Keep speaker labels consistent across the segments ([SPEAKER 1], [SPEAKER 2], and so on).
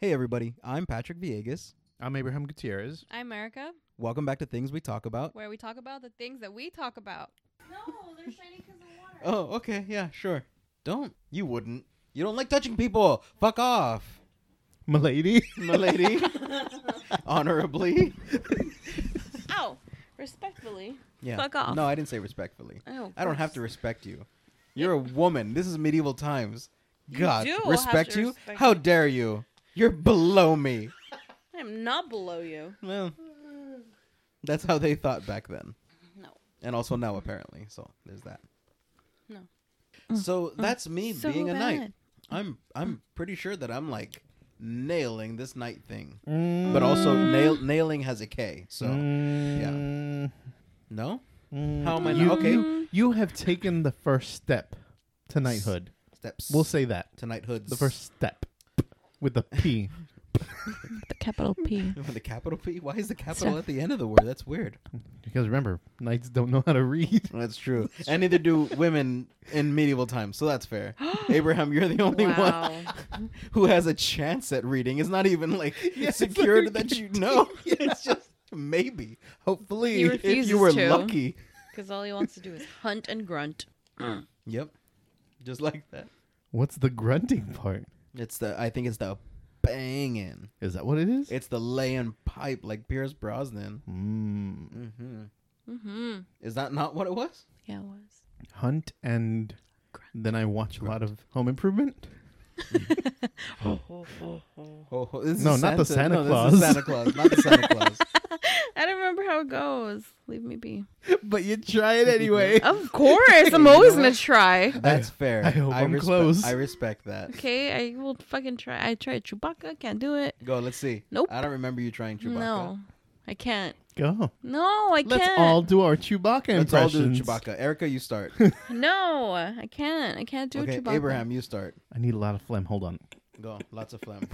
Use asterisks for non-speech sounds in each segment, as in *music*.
[SPEAKER 1] Hey, everybody, I'm Patrick Viegas.
[SPEAKER 2] I'm Abraham Gutierrez.
[SPEAKER 3] I'm America,
[SPEAKER 1] Welcome back to Things We Talk About.
[SPEAKER 3] where we talk about the things that we talk about.
[SPEAKER 4] No, they're shiny because of water.
[SPEAKER 1] Oh, okay, yeah, sure. Don't. You wouldn't. You don't like touching people. Fuck off,
[SPEAKER 2] Milady.
[SPEAKER 1] *laughs* milady. Honorably.
[SPEAKER 3] Ow! Respectfully.
[SPEAKER 1] Yeah.
[SPEAKER 3] Fuck off.
[SPEAKER 1] No, I didn't say respectfully.
[SPEAKER 3] Oh,
[SPEAKER 1] I don't have to respect
[SPEAKER 3] *laughs*
[SPEAKER 1] you. You're a woman. This is medieval times.
[SPEAKER 3] You
[SPEAKER 1] God,
[SPEAKER 3] do have
[SPEAKER 1] respect
[SPEAKER 3] to
[SPEAKER 1] you?
[SPEAKER 3] respect
[SPEAKER 1] How
[SPEAKER 3] me.
[SPEAKER 1] dare you? You're below me.
[SPEAKER 3] I'm not below you.
[SPEAKER 1] Well, that's how they thought back then.
[SPEAKER 3] Mm. No.
[SPEAKER 1] And also now, apparently. So there's that.
[SPEAKER 3] No.
[SPEAKER 2] Mm.
[SPEAKER 1] So that's me
[SPEAKER 3] so
[SPEAKER 1] being a knight.
[SPEAKER 3] bad.
[SPEAKER 1] I'm I'm pretty sure that I'm like nailing this knight thing,
[SPEAKER 2] Mm.
[SPEAKER 1] but also nail nailing has a K. So no, how am I?
[SPEAKER 2] Mm. You,
[SPEAKER 1] not okay,
[SPEAKER 2] you, you have taken the first step to knighthood.
[SPEAKER 1] steps.
[SPEAKER 2] We'll say that.
[SPEAKER 1] tonight hoods
[SPEAKER 2] The first step with the P.
[SPEAKER 3] The capital P.
[SPEAKER 1] *laughs* With the capital P. Why
[SPEAKER 2] *laughs*
[SPEAKER 1] is the capital at the end of the word? That's weird.
[SPEAKER 2] because remember, knights don't know how to read.
[SPEAKER 1] That's true. and neither do women in medieval times. So that's fair. Abraham, you're the only one *laughs*
[SPEAKER 3] Wow.
[SPEAKER 1] who has a chance at reading. It's not even like
[SPEAKER 2] Yeah, it's
[SPEAKER 1] secured
[SPEAKER 2] like-
[SPEAKER 1] that you know. It's just maybe, hopefully,
[SPEAKER 3] He
[SPEAKER 1] if
[SPEAKER 3] refuses
[SPEAKER 1] you were
[SPEAKER 3] to.
[SPEAKER 1] lucky.
[SPEAKER 3] Because all he wants to do is hunt and grunt.
[SPEAKER 1] Yep, just like that.
[SPEAKER 2] What's the grunting part?
[SPEAKER 1] It's the I think it's the banging.
[SPEAKER 2] Is that what it is?
[SPEAKER 1] It's the laying pipe like Pierce Brosnan.
[SPEAKER 2] Mm.
[SPEAKER 1] Mm-hmm.
[SPEAKER 3] Mm-hmm.
[SPEAKER 1] Is that not what it was?
[SPEAKER 3] Yeah, it *laughs* was.
[SPEAKER 2] Hunt and then I watch a lot of Home Improvement.
[SPEAKER 1] Oh, oh, this
[SPEAKER 2] No,
[SPEAKER 1] is
[SPEAKER 2] not the Santa
[SPEAKER 1] no,
[SPEAKER 2] Claus.
[SPEAKER 1] This is Santa Claus, not the Santa Claus.
[SPEAKER 3] I don't remember how it goes. Leave me be.
[SPEAKER 2] *laughs* but you
[SPEAKER 1] *laughs*
[SPEAKER 2] try it anyway.
[SPEAKER 3] Of course, I'm always gonna try.
[SPEAKER 1] That's fair.
[SPEAKER 2] I hope I'm
[SPEAKER 1] respe-
[SPEAKER 2] close.
[SPEAKER 1] I respect that.
[SPEAKER 3] Okay, I will fucking try. I tried Chewbacca, can't do it.
[SPEAKER 1] Go. Let's see.
[SPEAKER 3] Nope.
[SPEAKER 1] I don't remember you trying Chewbacca.
[SPEAKER 3] No, I can't.
[SPEAKER 2] Go.
[SPEAKER 3] No, I
[SPEAKER 2] Let's
[SPEAKER 3] can't.
[SPEAKER 2] all do our Chewbacca
[SPEAKER 1] Let's all do
[SPEAKER 2] impressions.
[SPEAKER 1] Chewbacca. Erica, you start.
[SPEAKER 3] No, I can't. I can't *laughs* do
[SPEAKER 1] okay,
[SPEAKER 3] Chewbacca.
[SPEAKER 1] Abraham, you start.
[SPEAKER 2] I need a lot of phlegm. Hold on.
[SPEAKER 1] Go. Lots of
[SPEAKER 3] *laughs*
[SPEAKER 1] phlegm.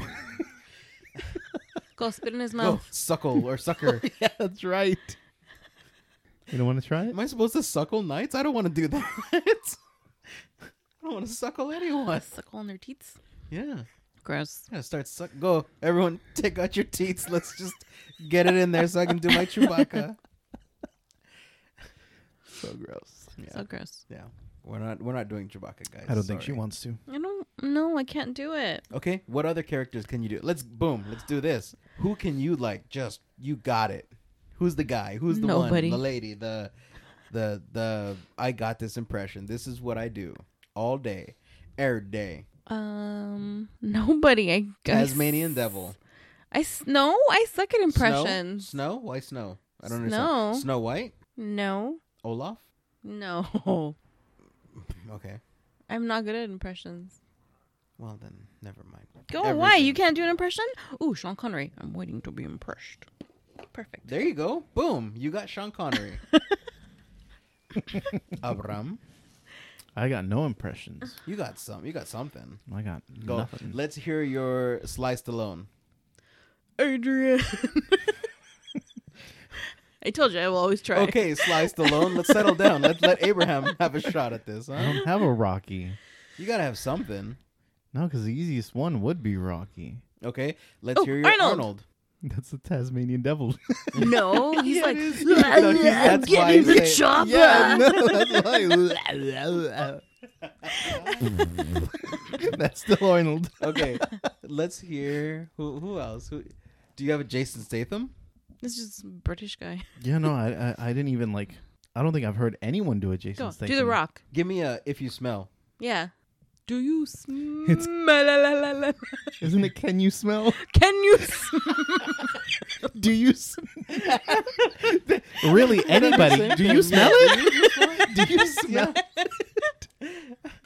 [SPEAKER 3] Go spit in his
[SPEAKER 1] Go.
[SPEAKER 3] mouth.
[SPEAKER 1] *laughs* Suckle or
[SPEAKER 3] *laughs*
[SPEAKER 1] sucker.
[SPEAKER 2] yeah, that's right. You don't want to try it?
[SPEAKER 1] Am I supposed to suckle knights? I don't want to do *laughs* that. I don't want to suckle
[SPEAKER 3] *laughs*
[SPEAKER 1] anyone.
[SPEAKER 3] Suckle on their teats.
[SPEAKER 1] Yeah.
[SPEAKER 3] Gross.
[SPEAKER 1] Gotta start suck. Go, everyone, take out your teats. Let's just get it in there so I can do my
[SPEAKER 3] *laughs*
[SPEAKER 1] Chewbacca. so gross. Yeah,
[SPEAKER 3] So gross.
[SPEAKER 1] yeah. We're not we're not doing Chewbacca, guys.
[SPEAKER 2] I don't think she
[SPEAKER 1] Sorry.
[SPEAKER 2] wants to.
[SPEAKER 3] I don't. No, I can't do it.
[SPEAKER 1] Okay, what other characters can you do? Let's boom. Let's do this. Who can you like? Just you got it. Who's the guy? Who's the
[SPEAKER 3] Nobody.
[SPEAKER 1] one? The lady. The the the. I got this impression. This is what I do all day, every day.
[SPEAKER 3] Um, *laughs* nobody. I guess.
[SPEAKER 1] Tasmanian devil.
[SPEAKER 3] I s- no. I suck at
[SPEAKER 1] Snow?
[SPEAKER 3] impressions.
[SPEAKER 1] Snow? Why snow? I don't
[SPEAKER 3] Snow.
[SPEAKER 1] understand. Snow White.
[SPEAKER 3] No.
[SPEAKER 1] Olaf?
[SPEAKER 3] No. *laughs*
[SPEAKER 1] Okay.
[SPEAKER 3] I'm not good at impressions.
[SPEAKER 1] Well, then, never mind.
[SPEAKER 3] Go away. You
[SPEAKER 1] Everything.
[SPEAKER 3] can't do an impression. Ooh, Sean Connery. I'm waiting to be impressed. Perfect.
[SPEAKER 1] There you go. Boom. You got Sean
[SPEAKER 3] *laughs*
[SPEAKER 1] Connery. Abram.
[SPEAKER 2] I got no impressions.
[SPEAKER 1] You got some. You got something.
[SPEAKER 2] I got
[SPEAKER 1] Go.
[SPEAKER 2] nothing.
[SPEAKER 1] Let's hear your sliced alone.
[SPEAKER 3] Adrian. *laughs* I told you I will always try.
[SPEAKER 1] Okay, sliced alone. Let's settle down. Let's let Abraham have a shot at this,
[SPEAKER 2] I
[SPEAKER 1] huh?
[SPEAKER 2] don't have a Rocky.
[SPEAKER 1] You gotta have something.
[SPEAKER 2] No, because the easiest one would be Rocky.
[SPEAKER 1] Okay. Let's
[SPEAKER 3] Oh,
[SPEAKER 1] hear your
[SPEAKER 3] Arnold.
[SPEAKER 1] Arnold.
[SPEAKER 2] That's the Tasmanian devil.
[SPEAKER 3] *laughs*
[SPEAKER 2] *laughs*
[SPEAKER 1] *laughs*
[SPEAKER 3] No, he's like,
[SPEAKER 1] No, he's-
[SPEAKER 3] I'm
[SPEAKER 1] that's why I
[SPEAKER 3] getting the
[SPEAKER 1] say-
[SPEAKER 3] chopper. *laughs*
[SPEAKER 2] yeah, no, that's why. that's still Arnold.
[SPEAKER 1] Okay. Let's hear who who else? Who do you have a Jason Statham?
[SPEAKER 3] This is just British guy.
[SPEAKER 2] Yeah, no, I, I, I didn't even like. I don't think I've heard anyone do a Jason
[SPEAKER 3] Go on,
[SPEAKER 2] Statham.
[SPEAKER 3] do the rock.
[SPEAKER 1] Give me a if you smell.
[SPEAKER 3] Yeah. Do you smell?
[SPEAKER 2] It's-
[SPEAKER 3] la, la, la, la.
[SPEAKER 2] Isn't it? Can you
[SPEAKER 3] *laughs*
[SPEAKER 2] smell?
[SPEAKER 3] Can you? Sm-
[SPEAKER 1] *laughs*
[SPEAKER 2] Do you? Smell? *laughs* really, anybody? Do you smell it? *laughs*
[SPEAKER 1] it? Do you smell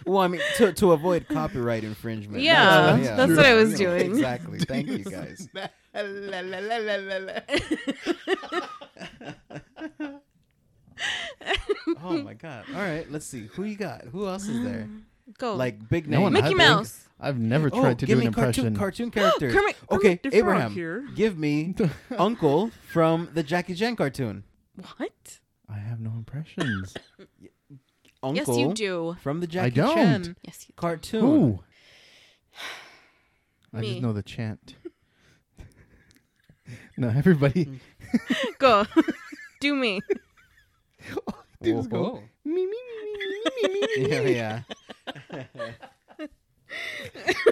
[SPEAKER 1] Well, I mean, to, to avoid copyright infringement.
[SPEAKER 3] Yeah,
[SPEAKER 1] That's-
[SPEAKER 2] that's what
[SPEAKER 3] I was
[SPEAKER 1] Yeah,
[SPEAKER 3] doing.
[SPEAKER 1] Exactly. Thank
[SPEAKER 3] *laughs*
[SPEAKER 1] you, guys. Oh my god. All right, let's see. Who you got? Who else is there?
[SPEAKER 3] Go.
[SPEAKER 1] Like big
[SPEAKER 2] No
[SPEAKER 1] name.
[SPEAKER 2] one
[SPEAKER 3] Oh. Mickey
[SPEAKER 2] I think
[SPEAKER 3] Mouse.
[SPEAKER 2] *laughs* I've never
[SPEAKER 1] Oh,
[SPEAKER 2] tried to
[SPEAKER 1] give
[SPEAKER 2] do
[SPEAKER 1] me
[SPEAKER 2] an impression.
[SPEAKER 1] cartoon cartoon
[SPEAKER 3] *gasps*
[SPEAKER 1] characters.
[SPEAKER 3] Kermit-
[SPEAKER 1] okay,
[SPEAKER 3] Kermit the Frog
[SPEAKER 1] Abraham,
[SPEAKER 3] here.
[SPEAKER 1] give
[SPEAKER 2] *laughs*
[SPEAKER 1] me Uncle from the Jackie Chan cartoon.
[SPEAKER 3] What?
[SPEAKER 2] I have no impressions.
[SPEAKER 1] Uncle
[SPEAKER 3] Yes, you do.
[SPEAKER 1] from the Jackie
[SPEAKER 2] don't.
[SPEAKER 1] Chan
[SPEAKER 3] Yes, you. *sighs*
[SPEAKER 1] cartoon.
[SPEAKER 2] Ooh. I
[SPEAKER 3] Me.
[SPEAKER 2] just know the chant. *laughs* No, everybody.
[SPEAKER 3] Go. *laughs* Do me.
[SPEAKER 2] Dudes go.
[SPEAKER 1] Whoa.
[SPEAKER 2] Me, me, me, me, me, me, me, me.
[SPEAKER 1] yeah, yeah.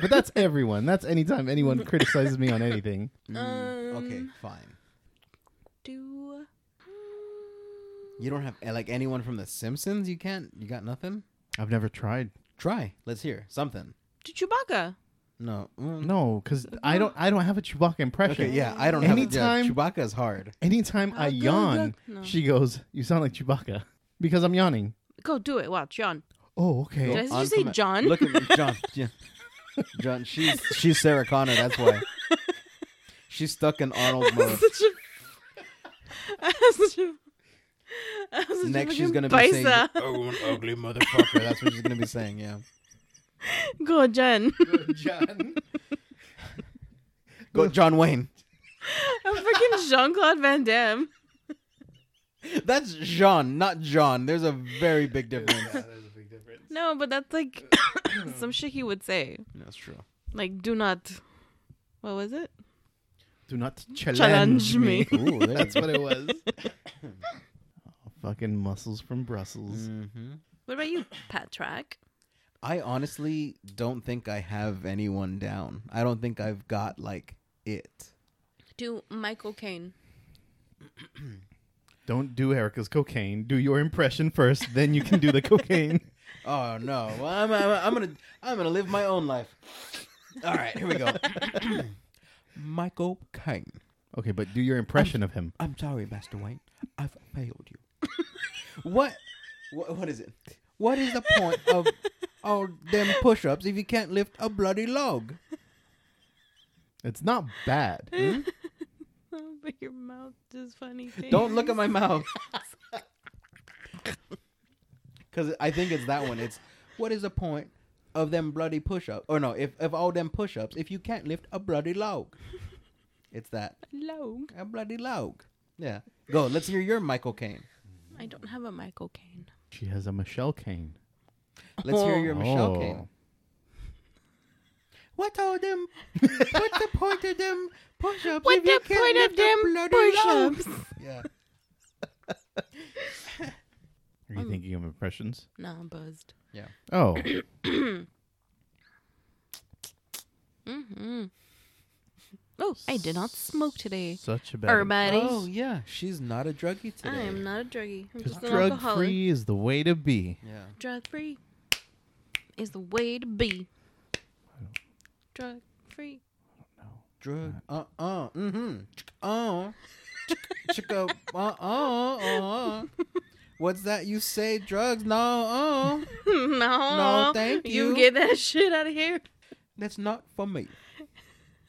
[SPEAKER 2] But that's everyone. That's anytime anyone criticizes me on anything.
[SPEAKER 1] *laughs* Mm, okay,
[SPEAKER 3] Um,
[SPEAKER 1] fine.
[SPEAKER 3] Do.
[SPEAKER 1] You don't have eh, like anyone from The Simpsons. You can't. You got nothing.
[SPEAKER 2] I've never tried.
[SPEAKER 1] Try. Let's hear something.
[SPEAKER 3] Do Chewbacca.
[SPEAKER 1] No. Mm.
[SPEAKER 2] No, because I don't. I don't have a Chewbacca impression.
[SPEAKER 1] Okay. Yeah. I don't have. Yeah,
[SPEAKER 2] Anytime-
[SPEAKER 1] Chewbacca is hard.
[SPEAKER 2] Anytime I
[SPEAKER 3] Oh, good
[SPEAKER 2] yawn,
[SPEAKER 3] luck. No.
[SPEAKER 2] she goes, "You sound like Chewbacca," because I'm yawning.
[SPEAKER 3] Go do it.
[SPEAKER 1] *laughs*
[SPEAKER 3] Watch, John.
[SPEAKER 2] Oh,
[SPEAKER 3] Did I
[SPEAKER 2] okay.
[SPEAKER 3] just
[SPEAKER 1] On
[SPEAKER 3] say
[SPEAKER 1] command.
[SPEAKER 3] John?
[SPEAKER 1] Look at me, John. Yeah. John. She's she's Sarah Connor. That's why. She's stuck in Arnold mode.
[SPEAKER 3] *laughs* Such a. I have *laughs* such a. I have such
[SPEAKER 1] Next,
[SPEAKER 3] a
[SPEAKER 1] she's
[SPEAKER 3] fucking
[SPEAKER 1] gonna be saying,
[SPEAKER 3] paisa.
[SPEAKER 1] "Oh, you an ugly motherfucker." That's what she's gonna be saying. Yeah.
[SPEAKER 3] Go, John.
[SPEAKER 2] John.
[SPEAKER 1] Go, John Wayne.
[SPEAKER 3] *laughs* I'm freaking Jean Claude Van Damme.
[SPEAKER 1] That's Jean, not John. There's a very big difference.
[SPEAKER 3] No, but that's like *coughs* some shit he would say.
[SPEAKER 1] That's true.
[SPEAKER 3] Like, do not. What was it?
[SPEAKER 2] Do not challenge,
[SPEAKER 3] Challenge
[SPEAKER 2] me.
[SPEAKER 1] Ooh, there you
[SPEAKER 2] That's
[SPEAKER 1] go.
[SPEAKER 2] what it
[SPEAKER 3] *laughs*
[SPEAKER 2] was. *laughs* Oh, fucking muscles from Brussels.
[SPEAKER 1] Mm-hmm.
[SPEAKER 3] What about you, Pat Track?
[SPEAKER 1] I honestly don't think I have anyone down. I don't think I've got like it.
[SPEAKER 3] Do Michael Caine.
[SPEAKER 2] Don't do Erica's cocaine. Do your impression first, then you can do
[SPEAKER 1] *laughs*
[SPEAKER 2] the cocaine.
[SPEAKER 1] Oh no! Well, I'm, I'm, I'm gonna I'm gonna live my own life. All right, here we go. *coughs* Michael Caine.
[SPEAKER 2] Okay, but do your impression of him.
[SPEAKER 1] I'm sorry, Master Wayne. I've failed you. what? what? What is it? What is the point of all them push-ups if you can't lift a bloody log?
[SPEAKER 2] It's not bad.
[SPEAKER 1] Hmm?
[SPEAKER 3] Oh, but your mouth is funny.
[SPEAKER 1] Don't look *laughs* at my mouth. Because I think it's that one. It's what is the point of them bloody push ups? Or no, if of all them push ups, if you can't lift a bloody log, it's that
[SPEAKER 3] Long.
[SPEAKER 1] a bloody log. Yeah, go. Let's hear your Michael Caine.
[SPEAKER 3] I don't have a Michael Caine.
[SPEAKER 2] She has a Michelle cane.
[SPEAKER 1] Let's hear
[SPEAKER 3] Oh.
[SPEAKER 1] your Michelle
[SPEAKER 2] Oh.
[SPEAKER 1] Caine. What all
[SPEAKER 3] *laughs*
[SPEAKER 1] them? What's the point of them push ups?
[SPEAKER 3] What the point of them push-ups?
[SPEAKER 1] Yeah.
[SPEAKER 2] Are you thinking of impressions?
[SPEAKER 3] Nah, I'm buzzed.
[SPEAKER 2] Oh,
[SPEAKER 3] Mm-hmm. Oh, I did not smoke today.
[SPEAKER 2] such a bad.
[SPEAKER 3] Everybody.
[SPEAKER 1] Oh yeah, she's not a druggie today.
[SPEAKER 3] I am not a druggie. I'm just an
[SPEAKER 2] Drug
[SPEAKER 3] alcoholic.
[SPEAKER 2] free is the way to be.
[SPEAKER 1] Yeah.
[SPEAKER 3] Drug free is the way to be. Drug free.
[SPEAKER 1] Drug. Uh uh. Mm hmm. Uh. Chica. Uh uh. Uh. What's that you say? Drugs? No. Uh.
[SPEAKER 3] *laughs* no.
[SPEAKER 1] No, thank you.
[SPEAKER 3] get that shit out of here.
[SPEAKER 1] That's not for me.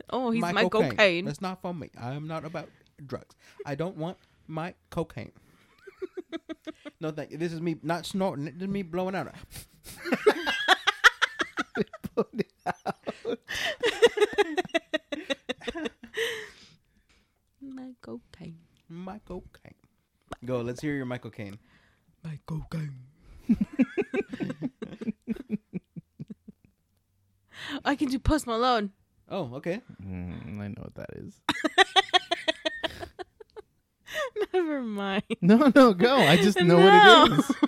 [SPEAKER 3] Oh, he's
[SPEAKER 1] My
[SPEAKER 3] Michael,
[SPEAKER 1] cocaine.
[SPEAKER 3] Caine.
[SPEAKER 1] That's not for me. I am not about drugs. I don't want my cocaine. no, thank you. This is me not snorting. This is me blowing out.
[SPEAKER 3] *laughs* Michael Caine.
[SPEAKER 1] My cocaine. Go. Let's hear your Michael Caine.
[SPEAKER 3] My cocaine. I can do Post Malone. *laughs*
[SPEAKER 1] Oh, okay.
[SPEAKER 2] Mm, I know what that is. *laughs*
[SPEAKER 3] Never mind.
[SPEAKER 2] No, no, go. I just know what it is.
[SPEAKER 3] *laughs*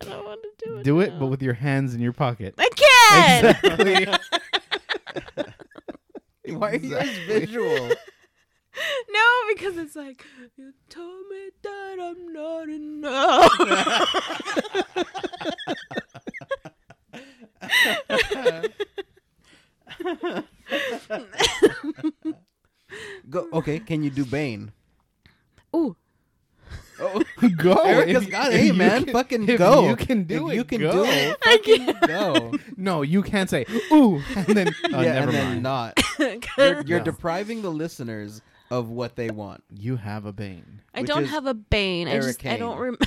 [SPEAKER 3] I don't want to do it.
[SPEAKER 2] Do it,
[SPEAKER 3] now.
[SPEAKER 2] but with your hands in your pocket.
[SPEAKER 3] I can.
[SPEAKER 2] Exactly. *laughs*
[SPEAKER 1] Why are you guys
[SPEAKER 2] Exactly.
[SPEAKER 1] visual?
[SPEAKER 3] *laughs* No, because it's like you told me that I'm not
[SPEAKER 2] *laughs*
[SPEAKER 3] enough. *laughs*
[SPEAKER 1] Go. Okay. Can you do Bane?
[SPEAKER 3] Ooh,
[SPEAKER 1] Oh.
[SPEAKER 2] go.
[SPEAKER 1] Erica's
[SPEAKER 2] If-
[SPEAKER 1] got
[SPEAKER 2] if
[SPEAKER 1] it,
[SPEAKER 2] you
[SPEAKER 1] man.
[SPEAKER 2] can-
[SPEAKER 1] fucking
[SPEAKER 2] if
[SPEAKER 1] go.
[SPEAKER 2] You can do
[SPEAKER 1] If
[SPEAKER 2] it.
[SPEAKER 1] You can
[SPEAKER 2] go.
[SPEAKER 1] do it.
[SPEAKER 3] I can't.
[SPEAKER 1] Go.
[SPEAKER 2] No, you can't say ooh *laughs*
[SPEAKER 1] *laughs*
[SPEAKER 2] and then. Oh,
[SPEAKER 1] yeah,
[SPEAKER 2] never
[SPEAKER 1] and then
[SPEAKER 2] mind. *coughs*
[SPEAKER 1] not.
[SPEAKER 3] *laughs*
[SPEAKER 1] You're,
[SPEAKER 3] I
[SPEAKER 1] you're
[SPEAKER 2] No.
[SPEAKER 1] depriving the listeners of what they want.
[SPEAKER 2] You have a bane.
[SPEAKER 1] which
[SPEAKER 3] don't
[SPEAKER 1] is
[SPEAKER 3] have a bane. I
[SPEAKER 1] Eric
[SPEAKER 3] just I don't
[SPEAKER 1] Kane.
[SPEAKER 3] rem-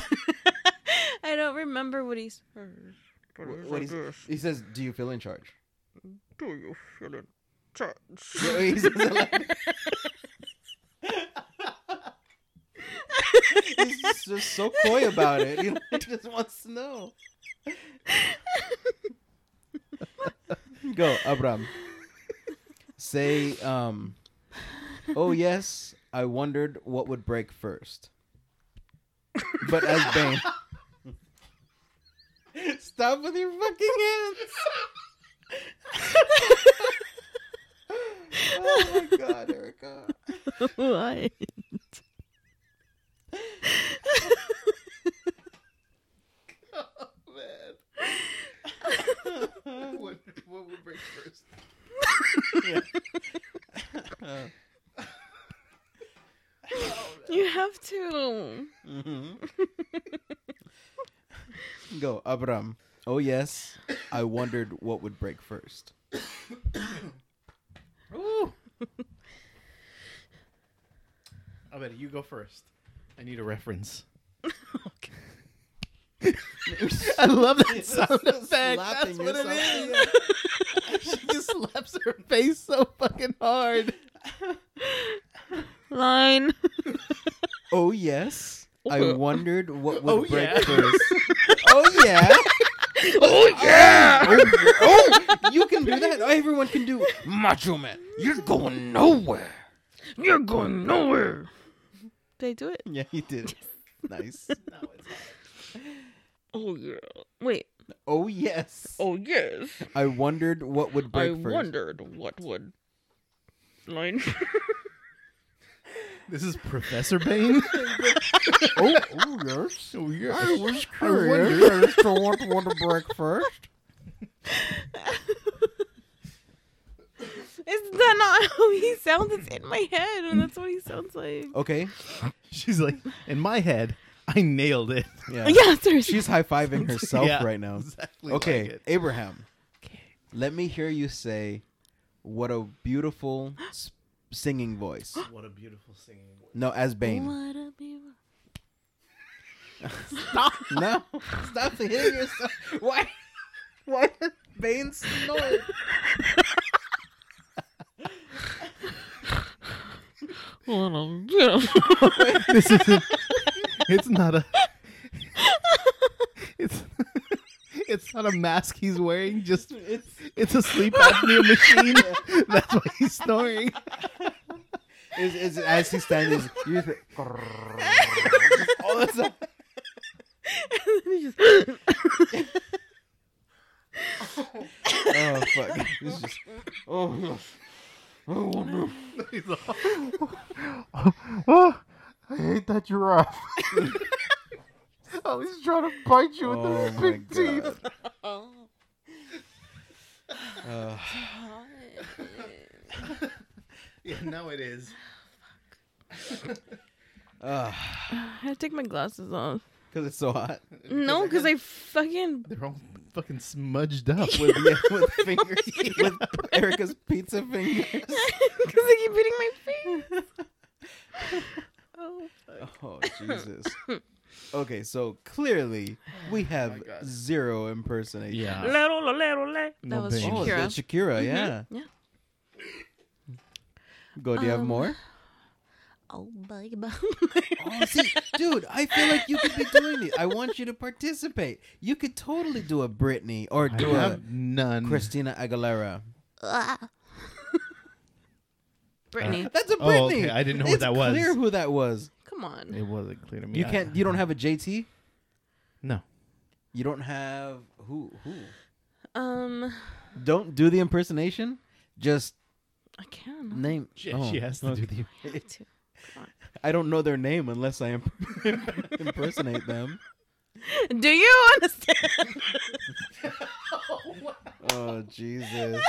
[SPEAKER 3] *laughs* I don't remember what he's. *laughs*
[SPEAKER 1] Wh- What he's, he says, "Do you feel in charge?"
[SPEAKER 3] Do you feel in
[SPEAKER 1] *laughs*
[SPEAKER 3] charge?
[SPEAKER 1] So he says it like- he's just so coy about it. He *laughs* just wants to know. Go, Abram. Say, um, Oh yes, I wondered what would break first. But as Bane. Stop with your fucking hands. *laughs* Oh my god, Erica.
[SPEAKER 3] What?
[SPEAKER 2] what, what would break first?
[SPEAKER 3] *laughs* You have to.
[SPEAKER 1] Go, Abram. Oh yes, I wondered what would break *laughs* first.
[SPEAKER 2] I bet you go first. I need a reference. *laughs* I love that sound effect. That's what it is. She just slaps her face so fucking hard.
[SPEAKER 3] Line.
[SPEAKER 1] Oh yes, I
[SPEAKER 3] Oh.
[SPEAKER 1] wondered what would
[SPEAKER 2] Oh,
[SPEAKER 1] break
[SPEAKER 2] yeah.
[SPEAKER 1] first. *laughs* Oh yeah.
[SPEAKER 3] oh yeah.
[SPEAKER 1] oh, you can do that. Oh, Everyone can do Macho Man. You're going nowhere.
[SPEAKER 3] *laughs* You're going nowhere. Did I do it?
[SPEAKER 1] Yeah, he did. it. Nice.
[SPEAKER 3] Oh yeah. Wait.
[SPEAKER 1] Oh yes.
[SPEAKER 3] Oh yes.
[SPEAKER 1] I wondered what would break
[SPEAKER 3] I
[SPEAKER 1] first.
[SPEAKER 3] wondered what would. Line. *laughs*
[SPEAKER 2] This is Professor Bane.
[SPEAKER 1] Oh, oh yes.
[SPEAKER 2] *laughs* oh, yeah.
[SPEAKER 1] I was
[SPEAKER 2] wondered.
[SPEAKER 1] curious as to what would break first.
[SPEAKER 3] Is that not how he sounds? It's in my head, and that's what he sounds like.
[SPEAKER 1] Okay.
[SPEAKER 2] She's like, in my head, I nailed it.
[SPEAKER 1] Oh, Yeah.
[SPEAKER 3] Yeah, seriously.
[SPEAKER 1] She's high *laughs* fiving herself
[SPEAKER 2] *laughs* Yeah,
[SPEAKER 1] right now.
[SPEAKER 2] Exactly.
[SPEAKER 1] Okay,
[SPEAKER 2] like it.
[SPEAKER 1] Abraham. Let me hear you say, "What a beautiful s- singing voice."
[SPEAKER 2] *gasps* What a beautiful singing voice.
[SPEAKER 1] No, as Bane.
[SPEAKER 3] What a beautiful-
[SPEAKER 1] *laughs* No, stop hitting yourself. Why? Why does Bane snort?
[SPEAKER 3] What a beautiful.
[SPEAKER 2] this isn't. It's not a. It's. It's not a mask he's wearing. Just it's. It's a sleep apnea machine. *laughs* That's why he's snoring.
[SPEAKER 1] Is is as he stands? You just, *laughs* all this stuff. Oh fuck! This is just, oh,
[SPEAKER 2] He's all, oh, I hate that giraffe. oh, he's trying to bite you with
[SPEAKER 1] oh
[SPEAKER 2] those
[SPEAKER 1] my
[SPEAKER 2] big teeth.
[SPEAKER 1] god! *laughs* Uh,
[SPEAKER 2] Yeah, now it is.
[SPEAKER 1] uh,
[SPEAKER 3] *laughs* I have to take my glasses off.
[SPEAKER 1] Cause it's so *laughs* hot.
[SPEAKER 3] No, because I fucking. *laughs*
[SPEAKER 2] They're all fucking smudged *laughs* up.
[SPEAKER 1] With, yeah, with *laughs* fingers, with Erica's pizza fingers.
[SPEAKER 3] Because I keep hitting my face. *laughs* Oh.
[SPEAKER 1] Oh Jesus! Oh Okay, so clearly we have
[SPEAKER 2] God.
[SPEAKER 1] zero impersonation.
[SPEAKER 2] Yeah. Mm-hmm.
[SPEAKER 3] Little, little, little.
[SPEAKER 2] No
[SPEAKER 3] That was
[SPEAKER 2] bang.
[SPEAKER 1] Oh,
[SPEAKER 3] Shakira. Mm-hmm.
[SPEAKER 1] that's Shakira, yeah.
[SPEAKER 3] Yeah.
[SPEAKER 1] Go, do you have
[SPEAKER 2] *laughs*
[SPEAKER 3] Um,
[SPEAKER 1] more?
[SPEAKER 3] Oh, baby. *laughs*
[SPEAKER 1] Oh, see, dude, I feel like you could be doing this. I want you to participate. You could totally do a Britney or
[SPEAKER 2] I
[SPEAKER 1] do a
[SPEAKER 2] have none.
[SPEAKER 1] Christina Aguilera.
[SPEAKER 3] *laughs* Brittany,
[SPEAKER 1] That's a
[SPEAKER 2] Oh,
[SPEAKER 1] Britney.
[SPEAKER 2] okay, I didn't know what
[SPEAKER 1] It's
[SPEAKER 2] that was.
[SPEAKER 1] Clear who that was.
[SPEAKER 3] come on.
[SPEAKER 2] It wasn't clear to me.
[SPEAKER 1] You
[SPEAKER 2] I-
[SPEAKER 1] can't. You don't have a JT.
[SPEAKER 2] No.
[SPEAKER 1] You don't have who? Who?
[SPEAKER 3] Um,
[SPEAKER 1] Don't do the impersonation. Just
[SPEAKER 3] I can.
[SPEAKER 1] name.
[SPEAKER 2] She,
[SPEAKER 1] oh.
[SPEAKER 2] she has to do the.
[SPEAKER 3] I have to.
[SPEAKER 1] I don't know their name unless I imp- *laughs* impersonate them.
[SPEAKER 3] Do you
[SPEAKER 1] *laughs*
[SPEAKER 3] understand?
[SPEAKER 1] Oh Jesus.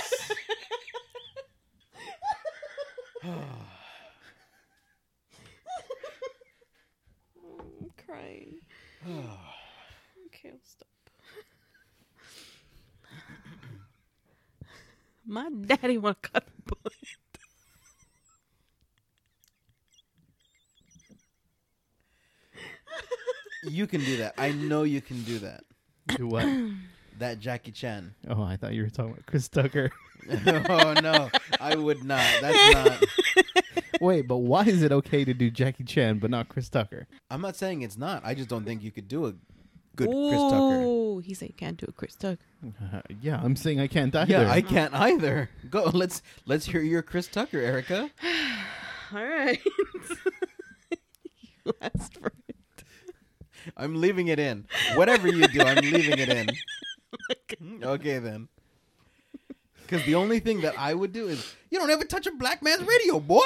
[SPEAKER 3] I'm crying. Okay, I'll stop. My daddy wanna cut the bullet.
[SPEAKER 1] you can do that. I know you can do that.
[SPEAKER 2] Do *coughs* what?
[SPEAKER 1] That Jackie Chan. *laughs*
[SPEAKER 2] Oh, I thought you were talking about Chris *laughs* Tucker.
[SPEAKER 1] *laughs* oh no, I would not. That's not.
[SPEAKER 3] *laughs*
[SPEAKER 2] Wait, but why is it okay to do Jackie Chan but not Chris Tucker?
[SPEAKER 1] I'm not saying it's not. I just don't think you could do a good Chris Tucker.
[SPEAKER 3] Ooh, he said you can't do a Chris Tucker.
[SPEAKER 2] Uh, yeah, I'm saying I can't either.
[SPEAKER 1] Yeah, I can't either. Go. Let's let's hear your Chris Tucker, Erica.
[SPEAKER 3] All *laughs* right. you asked for it.
[SPEAKER 1] I'm leaving it in. Whatever you do, I'm leaving it in. Okay then. Because the only thing that I would do is you don't ever touch a black man's radio, boy.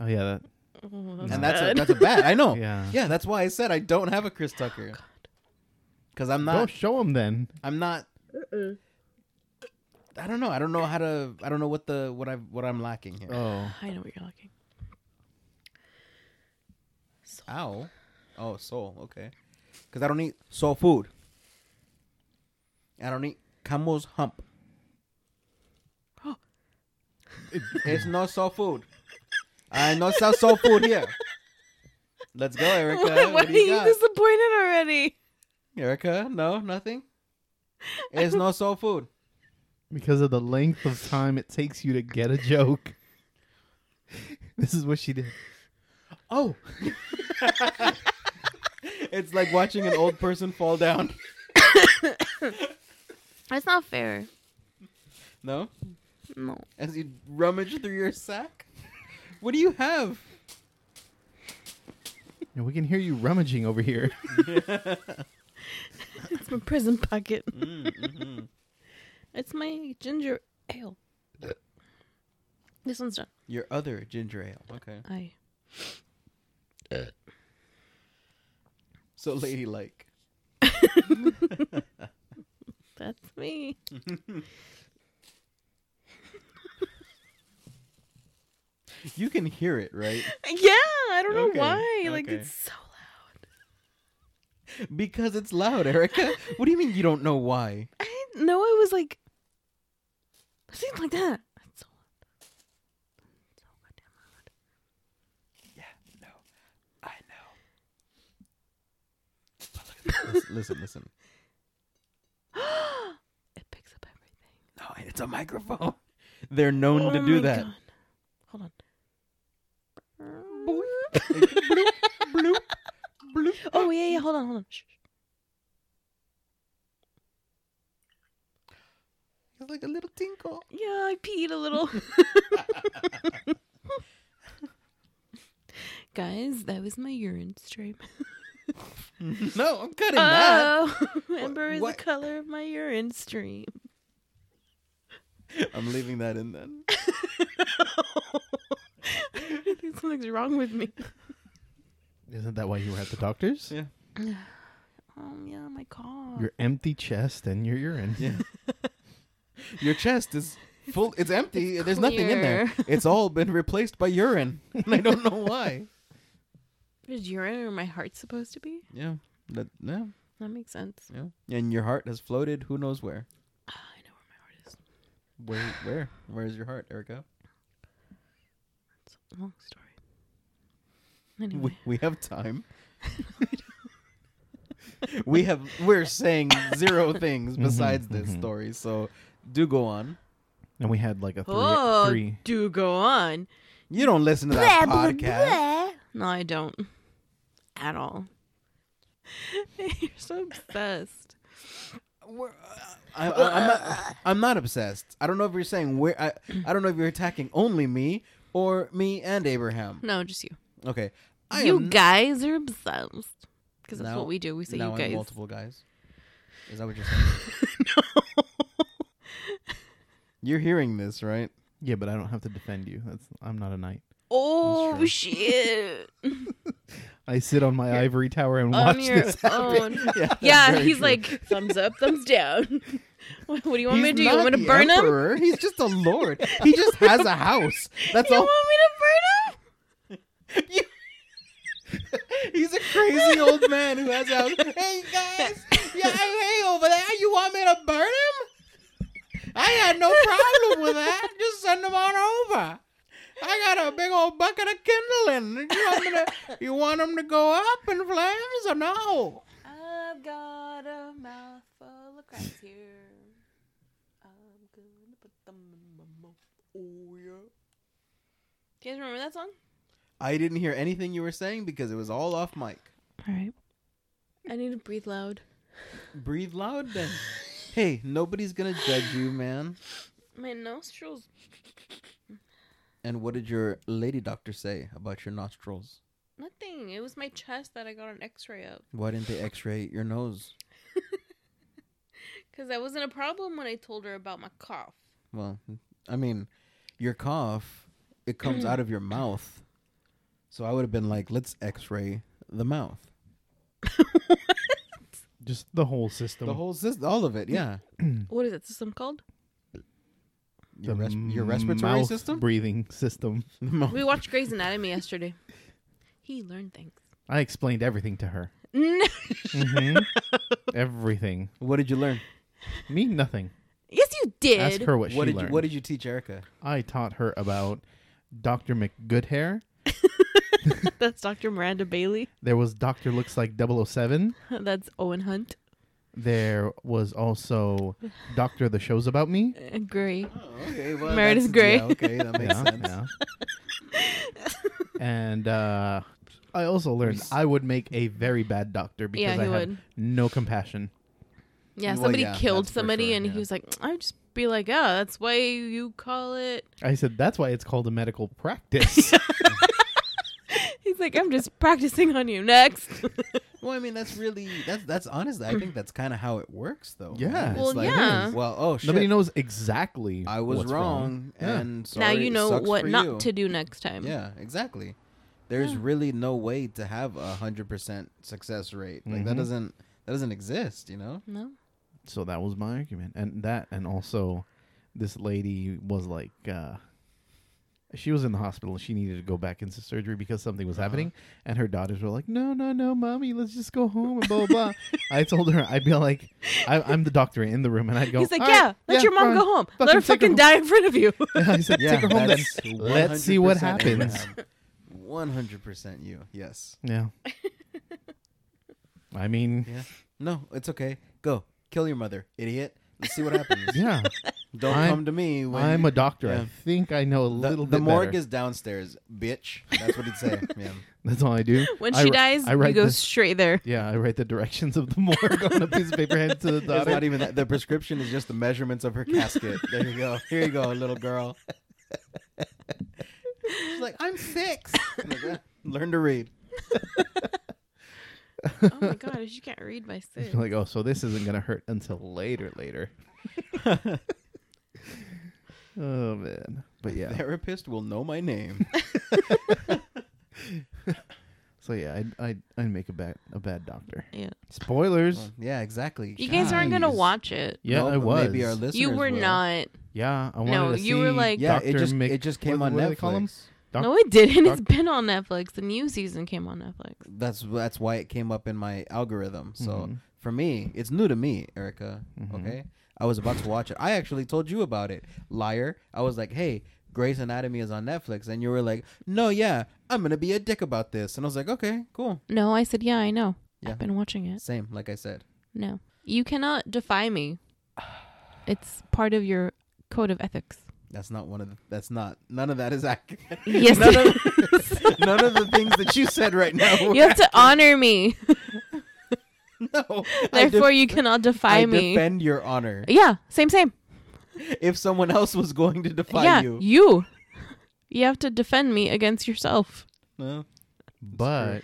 [SPEAKER 2] Oh yeah, that.
[SPEAKER 3] Oh,
[SPEAKER 1] and that's
[SPEAKER 3] bad.
[SPEAKER 1] a, that's a bad. I know.
[SPEAKER 2] Yeah.
[SPEAKER 1] Yeah, that's why I said I don't have a Chris Tucker. Because I'm
[SPEAKER 2] Don't
[SPEAKER 1] not.
[SPEAKER 2] show him then.
[SPEAKER 1] I'm not. I don't know. I don't know how to. I don't know what the what I what I'm lacking here.
[SPEAKER 2] Oh,
[SPEAKER 3] I know what you're looking.
[SPEAKER 1] Ow. Oh, soul. Okay. Because I don't eat soul food. I don't eat camel's hump.
[SPEAKER 3] Oh. *gasps*
[SPEAKER 1] it's no soul food. I no sell soul food here. Let's go, Erica.
[SPEAKER 3] *laughs* Why,
[SPEAKER 1] What,
[SPEAKER 3] why are
[SPEAKER 1] do you
[SPEAKER 3] you
[SPEAKER 1] got?
[SPEAKER 3] disappointed already?
[SPEAKER 1] Erica, no, nothing. It's no soul food.
[SPEAKER 2] because of the length of time it takes you to get a joke. *laughs* this is what she did.
[SPEAKER 1] Oh. *laughs* it's like watching an old person fall down.
[SPEAKER 3] That's not fair.
[SPEAKER 1] No?
[SPEAKER 3] No.
[SPEAKER 1] As you rummage through your sack? What do you have?
[SPEAKER 2] And we can hear you rummaging over here. *laughs*
[SPEAKER 3] It's my prison pocket.
[SPEAKER 1] Mm-hmm.
[SPEAKER 3] *laughs* It's my ginger ale. This one's done.
[SPEAKER 1] Your other ginger ale. Okay.
[SPEAKER 3] I
[SPEAKER 1] So ladylike.
[SPEAKER 3] that's me. *laughs*
[SPEAKER 1] You can hear it, right?
[SPEAKER 3] Yeah, I don't
[SPEAKER 1] Okay,
[SPEAKER 3] know why. Like
[SPEAKER 1] okay.
[SPEAKER 3] it's so loud.
[SPEAKER 1] Because it's loud, Erica. What do you mean you don't know why?
[SPEAKER 3] I didn't know it was like something like that. That's so loud. So goddamn loud.
[SPEAKER 1] Yeah, no. I know. listen, listen, listen.
[SPEAKER 3] *gasps* It picks up everything.
[SPEAKER 1] No, it's a microphone. Oh They're known to do
[SPEAKER 3] Oh my
[SPEAKER 1] that.
[SPEAKER 3] God. Hold on.
[SPEAKER 1] bloop, bloop, bloop.
[SPEAKER 3] Oh yeah, yeah. Hold on, hold on. Shh.
[SPEAKER 1] It's like a little tinkle.
[SPEAKER 3] Yeah, I peed a *laughs* little. Guys, that was my urine stream.
[SPEAKER 1] No, I'm cutting that.
[SPEAKER 3] Oh, *laughs* amber is
[SPEAKER 1] what-
[SPEAKER 3] the color of my urine *laughs* stream.
[SPEAKER 1] I'm leaving that in then.
[SPEAKER 3] I think something's wrong with me.
[SPEAKER 2] Isn't that why you were at the doctor's?
[SPEAKER 1] Yeah.
[SPEAKER 3] Um, yeah, my cough.
[SPEAKER 2] Your empty chest and your urine.
[SPEAKER 1] Yeah. Your chest is full. It's empty. There's nothing in there. It's all been replaced by urine. *laughs* And I don't know why.
[SPEAKER 3] Is urine where my heart supposed to be?
[SPEAKER 1] Yeah. That, yeah.
[SPEAKER 3] That makes sense. *sighs*
[SPEAKER 1] Yeah. And your heart has floated who knows where.
[SPEAKER 3] Ah, I know where my heart is.
[SPEAKER 1] Where? Where? Where is your heart, Erica?
[SPEAKER 3] It's a long story. Anyway,
[SPEAKER 1] We, we have time. we have we're saying zero things besides this
[SPEAKER 2] mhm.
[SPEAKER 1] story, so do go on.
[SPEAKER 2] And we had like a three.
[SPEAKER 3] oh,
[SPEAKER 2] three.
[SPEAKER 3] do go on.
[SPEAKER 1] You don't listen to that
[SPEAKER 3] Blah, blah,
[SPEAKER 1] podcast.
[SPEAKER 3] blah. No, I don't. At all. *laughs* You're so obsessed.
[SPEAKER 1] We're- I, I, am not, I'm not obsessed. I don't know if you're saying where. I, I don't know if you're attacking only me or me and
[SPEAKER 3] *laughs*
[SPEAKER 1] Abraham.
[SPEAKER 3] No, just you.
[SPEAKER 1] Okay, I
[SPEAKER 3] you
[SPEAKER 1] am n-
[SPEAKER 3] guys are obsessed. Because that's
[SPEAKER 1] Now-
[SPEAKER 3] what we do. We say
[SPEAKER 1] now
[SPEAKER 3] you
[SPEAKER 1] I'm
[SPEAKER 3] guys.
[SPEAKER 1] multiple guys. Is that
[SPEAKER 3] *laughs*
[SPEAKER 1] what you're saying? You're hearing this, right?
[SPEAKER 2] Yeah, but I don't have to defend you. That's I'm not a knight.
[SPEAKER 3] oh,
[SPEAKER 1] true. *laughs*
[SPEAKER 3] shit.
[SPEAKER 2] I sit on my ivory tower and watch
[SPEAKER 3] On your
[SPEAKER 1] *laughs*
[SPEAKER 2] this.
[SPEAKER 3] own.
[SPEAKER 1] Yeah,
[SPEAKER 2] *laughs*
[SPEAKER 3] Yeah,
[SPEAKER 1] very
[SPEAKER 3] he's
[SPEAKER 1] true.
[SPEAKER 3] like, thumbs up, thumbs down. *laughs* what, what do you want me
[SPEAKER 1] He's
[SPEAKER 3] to do? You
[SPEAKER 1] not
[SPEAKER 3] want me to
[SPEAKER 1] the
[SPEAKER 3] burn him?
[SPEAKER 1] emperor. He's just a lord. He just
[SPEAKER 3] *laughs*
[SPEAKER 1] has a house. That's
[SPEAKER 3] You
[SPEAKER 1] all.
[SPEAKER 3] want me to burn him?
[SPEAKER 1] He's a crazy old man who has a
[SPEAKER 3] *laughs*
[SPEAKER 1] house. Hey guys, yeah, hey over there, you want me to burn him? I had no problem with that. Just send him on over. I got a big old bucket of kindling. You want, me to, you want him to go up in flames or no?
[SPEAKER 3] I've got a mouthful of cracks here. I'm gonna put them in my mouth. Oh yeah. Do you guys remember that song?
[SPEAKER 1] I didn't hear anything you were saying because it was all off mic.
[SPEAKER 3] All right. I need to breathe loud.
[SPEAKER 1] Breathe loud
[SPEAKER 2] *laughs*
[SPEAKER 1] then. Hey, nobody's gonna judge you, man.
[SPEAKER 3] My nostrils.
[SPEAKER 1] And what did your lady doctor say about your nostrils?
[SPEAKER 3] Nothing. It was my chest that I got an X-ray of
[SPEAKER 1] Why didn't they X-ray your nose?
[SPEAKER 3] because that wasn't a problem when I told her about my cough.
[SPEAKER 1] Well, I mean, your cough it comes out of your mouth, so I would have been like, let's X-ray the mouth,
[SPEAKER 2] Just the whole system.
[SPEAKER 1] the whole system, all of it. Yeah,
[SPEAKER 3] What is that system called?
[SPEAKER 1] your,
[SPEAKER 2] The
[SPEAKER 1] res- your respiratory
[SPEAKER 2] mouth
[SPEAKER 1] system.
[SPEAKER 2] breathing system.
[SPEAKER 3] We watched Grey's Anatomy yesterday. He learned *laughs* things.
[SPEAKER 2] I explained everything
[SPEAKER 1] *laughs*
[SPEAKER 2] to her.
[SPEAKER 3] No.
[SPEAKER 2] Mhm. everything.
[SPEAKER 1] *laughs* what did you learn?
[SPEAKER 2] Me, nothing.
[SPEAKER 3] Yes, you did.
[SPEAKER 2] Ask her what,
[SPEAKER 1] what
[SPEAKER 2] she
[SPEAKER 1] did
[SPEAKER 2] learned.
[SPEAKER 1] you What did you teach Erica?
[SPEAKER 2] I taught her about Dr. McGoodhair.
[SPEAKER 3] *laughs* That's Dr. Miranda Bailey. *laughs*
[SPEAKER 2] There was Dr. Looks Like 007.
[SPEAKER 3] That's Owen Hunt.
[SPEAKER 2] There was also Doctor The Show's About Me.
[SPEAKER 3] Uh, Gray.
[SPEAKER 1] Oh, okay. Well,
[SPEAKER 3] Meredith
[SPEAKER 1] that's-
[SPEAKER 3] Grey.
[SPEAKER 1] yeah, okay, that makes
[SPEAKER 2] Yeah,
[SPEAKER 1] sense.
[SPEAKER 2] yeah. and uh, I also learned I would make a very bad doctor because
[SPEAKER 3] Yeah, he
[SPEAKER 2] I had
[SPEAKER 3] would.
[SPEAKER 2] no compassion.
[SPEAKER 3] Yeah,
[SPEAKER 1] Well,
[SPEAKER 3] somebody
[SPEAKER 1] yeah,
[SPEAKER 3] killed
[SPEAKER 1] that's for
[SPEAKER 3] somebody,
[SPEAKER 1] sure,
[SPEAKER 3] and
[SPEAKER 1] yeah.
[SPEAKER 3] he was like, I would just be like, yeah, that's why you call it.
[SPEAKER 2] I said that's why it's called a medical
[SPEAKER 1] *laughs*
[SPEAKER 2] practice.
[SPEAKER 3] *laughs* He's like, I'm just practicing on you. Next. *laughs*
[SPEAKER 1] Well, I mean, that's really that's that's honest. I think that's kind of how it works, though.
[SPEAKER 2] Yeah.
[SPEAKER 1] man. It's
[SPEAKER 3] Well,
[SPEAKER 1] like,
[SPEAKER 3] yeah.
[SPEAKER 1] Well, oh shit.
[SPEAKER 2] Nobody knows exactly.
[SPEAKER 1] I was
[SPEAKER 2] what's
[SPEAKER 1] wrong,
[SPEAKER 2] Yeah.
[SPEAKER 1] and
[SPEAKER 3] now
[SPEAKER 1] sorry,
[SPEAKER 3] you know
[SPEAKER 1] sucks
[SPEAKER 3] what
[SPEAKER 1] for
[SPEAKER 3] not
[SPEAKER 1] you.
[SPEAKER 3] to do next time.
[SPEAKER 1] Yeah, exactly. There's
[SPEAKER 3] Yeah.
[SPEAKER 1] really no way to have a hundred percent success rate. Like that
[SPEAKER 2] Mhm.
[SPEAKER 1] doesn't that doesn't exist. You know.
[SPEAKER 3] No?
[SPEAKER 2] So that was my argument, and that, and also, this lady was like, uh, she was in the hospital. and She needed to go back into surgery because something was happening,
[SPEAKER 3] Uh-huh.
[SPEAKER 2] and her daughters were like, "No, no, no, mommy, let's just go home." And blah blah.
[SPEAKER 3] *laughs*
[SPEAKER 2] blah. I told her I'd be like, I, "I'm the doctor in the room," and I'd go,
[SPEAKER 3] He's like,
[SPEAKER 2] "All
[SPEAKER 3] yeah,
[SPEAKER 2] right,
[SPEAKER 3] let your
[SPEAKER 2] *laughs*
[SPEAKER 3] mom
[SPEAKER 2] fine."
[SPEAKER 3] go home.
[SPEAKER 2] Fucking
[SPEAKER 3] let her
[SPEAKER 2] take her
[SPEAKER 3] fucking
[SPEAKER 2] home."
[SPEAKER 3] die in front of you. *laughs*
[SPEAKER 2] I said, "Take her home then. *laughs* Let's see what happens."
[SPEAKER 1] One hundred percent you. Yes.
[SPEAKER 2] Yeah.
[SPEAKER 3] *laughs*
[SPEAKER 2] I mean,
[SPEAKER 1] Yeah. No, it's okay. Go kill your mother, idiot. Let's see what happens.
[SPEAKER 2] *laughs*
[SPEAKER 3] *laughs*
[SPEAKER 2] yeah.
[SPEAKER 1] Don't
[SPEAKER 2] I'm-
[SPEAKER 1] come to me. When
[SPEAKER 2] I'm a doctor.
[SPEAKER 1] Yeah.
[SPEAKER 2] I think I know a
[SPEAKER 1] the,
[SPEAKER 2] little
[SPEAKER 1] the
[SPEAKER 2] bit
[SPEAKER 1] morgue
[SPEAKER 2] better.
[SPEAKER 1] is downstairs, bitch. That's what he'd *laughs* say. yeah.
[SPEAKER 2] That's all I do.
[SPEAKER 3] when
[SPEAKER 2] I
[SPEAKER 3] she
[SPEAKER 2] ri-
[SPEAKER 3] dies,
[SPEAKER 2] I
[SPEAKER 3] you
[SPEAKER 2] write
[SPEAKER 3] go
[SPEAKER 2] this-
[SPEAKER 3] straight there.
[SPEAKER 2] Yeah, I write the directions of the *laughs* morgue on a piece of paper handed to the
[SPEAKER 1] It's
[SPEAKER 2] daughter.
[SPEAKER 1] not even that. The prescription is just the measurements *laughs* of her casket. There you go. Here you go, little girl. She's like, I'm six. I'm like, "Ah, Learn to read.
[SPEAKER 3] *laughs* oh my god, you can't read my sis.
[SPEAKER 2] You're like, oh, so this isn't gonna hurt until later,
[SPEAKER 1] *laughs*
[SPEAKER 2] later. oh man, but yeah.
[SPEAKER 1] Therapist will know my *laughs* name.
[SPEAKER 2] So yeah, I'd I'd, I'd make a bad a bad doctor.
[SPEAKER 3] Yeah.
[SPEAKER 2] Spoilers.
[SPEAKER 1] yeah, exactly.
[SPEAKER 3] You guys aren't gonna
[SPEAKER 2] Guys.
[SPEAKER 3] watch it.
[SPEAKER 2] Yeah,
[SPEAKER 1] No,
[SPEAKER 2] I
[SPEAKER 1] but
[SPEAKER 2] was.
[SPEAKER 1] Maybe our listeners.
[SPEAKER 3] you were
[SPEAKER 1] will.
[SPEAKER 3] not.
[SPEAKER 2] Yeah, I wanted
[SPEAKER 3] No,
[SPEAKER 2] to
[SPEAKER 3] you were
[SPEAKER 2] see
[SPEAKER 3] like-
[SPEAKER 1] Yeah, it
[SPEAKER 2] Dr.
[SPEAKER 1] just
[SPEAKER 2] Mc-
[SPEAKER 1] it just came
[SPEAKER 2] what-
[SPEAKER 1] on
[SPEAKER 2] what do
[SPEAKER 1] Netflix.
[SPEAKER 2] they call 'em? Doc-
[SPEAKER 3] No, it didn't. It's
[SPEAKER 2] Doc-
[SPEAKER 3] been on Netflix. The new season came on Netflix.
[SPEAKER 1] That's that's why it came up in my algorithm. So
[SPEAKER 2] Mhm.
[SPEAKER 1] for me, it's new to me, Erica.
[SPEAKER 2] Mhm.
[SPEAKER 1] Okay, I was about to watch it. I actually told you about it, liar. I was like, hey, Grey's Anatomy is on Netflix, and you were like, no, yeah, I'm gonna be a dick about this, and I was like, okay, cool,
[SPEAKER 3] No, I said, yeah, I know.
[SPEAKER 1] Yeah.
[SPEAKER 3] I've been watching it.
[SPEAKER 1] same, like I said.
[SPEAKER 3] No, you cannot defy me. It's part of your code of
[SPEAKER 1] *laughs*
[SPEAKER 3] ethics.
[SPEAKER 1] That's not one of the. That's not. None of that is *laughs* accurate.
[SPEAKER 3] Yes,
[SPEAKER 1] none,
[SPEAKER 3] it *laughs*
[SPEAKER 1] of, none of the things that you said right now. Were,
[SPEAKER 3] You have to honor me.
[SPEAKER 1] *laughs* no. I def-
[SPEAKER 3] Therefore, you cannot defy
[SPEAKER 1] I
[SPEAKER 3] me.
[SPEAKER 1] defend your
[SPEAKER 3] *laughs*
[SPEAKER 1] honor.
[SPEAKER 3] yeah, same, same.
[SPEAKER 1] If someone else was going to defy
[SPEAKER 3] yeah,
[SPEAKER 1] you,
[SPEAKER 3] you. You have to defend me against yourself.
[SPEAKER 1] No.
[SPEAKER 2] But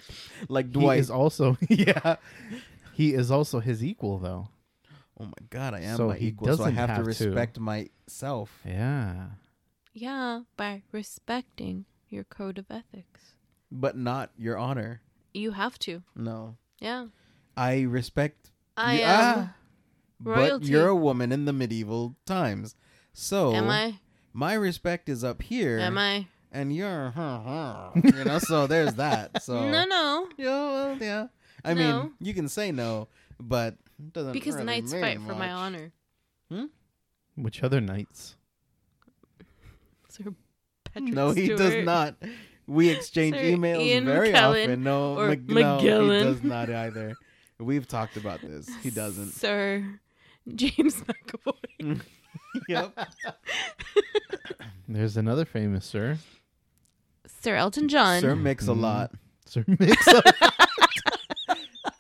[SPEAKER 1] like
[SPEAKER 2] Dwight
[SPEAKER 1] Dwight.
[SPEAKER 2] is also *laughs*
[SPEAKER 1] *laughs*
[SPEAKER 2] yeah. He is also his equal though.
[SPEAKER 1] oh my god, I am
[SPEAKER 2] So
[SPEAKER 1] my
[SPEAKER 2] he
[SPEAKER 1] equal, so I
[SPEAKER 2] doesn't
[SPEAKER 1] have, to
[SPEAKER 2] have to.
[SPEAKER 1] respect myself.
[SPEAKER 2] Yeah.
[SPEAKER 3] Yeah, by respecting your code of ethics.
[SPEAKER 1] but not your honor.
[SPEAKER 3] You have to.
[SPEAKER 1] No,
[SPEAKER 3] Yeah.
[SPEAKER 1] I respect.
[SPEAKER 3] I
[SPEAKER 1] you-
[SPEAKER 3] am.
[SPEAKER 1] Ah, But
[SPEAKER 3] royalty.
[SPEAKER 1] you're a woman in the medieval times, so
[SPEAKER 3] Am I?
[SPEAKER 1] my respect is up here,
[SPEAKER 3] Am I?
[SPEAKER 1] and you're, *laughs* you know. So there's
[SPEAKER 3] *laughs*
[SPEAKER 1] that. So
[SPEAKER 3] No, no.
[SPEAKER 1] Yeah, well, yeah. I mean,
[SPEAKER 3] No.
[SPEAKER 1] you can say no, but it doesn't
[SPEAKER 3] Because
[SPEAKER 1] really
[SPEAKER 3] knights
[SPEAKER 1] mean
[SPEAKER 3] fight for my
[SPEAKER 1] much.
[SPEAKER 3] honor.
[SPEAKER 2] Which other knights?
[SPEAKER 3] Sir *laughs* Patrick
[SPEAKER 1] No, he
[SPEAKER 3] Stewart.
[SPEAKER 1] does not. We exchange
[SPEAKER 3] Sir
[SPEAKER 1] emails
[SPEAKER 3] Ian
[SPEAKER 1] very
[SPEAKER 3] McKellen
[SPEAKER 1] often. No,
[SPEAKER 3] or
[SPEAKER 1] Mc- no, he
[SPEAKER 3] McGillen.
[SPEAKER 1] does not either. We've talked about this. He
[SPEAKER 3] *laughs*
[SPEAKER 1] doesn't.
[SPEAKER 3] Sir James *laughs* McAvoy.
[SPEAKER 1] yep.
[SPEAKER 2] There's another famous sir.
[SPEAKER 3] Sir Elton John.
[SPEAKER 1] Sir Mix a lot.
[SPEAKER 2] Sir Mix-a-Lot.
[SPEAKER 1] *laughs*
[SPEAKER 2] *laughs*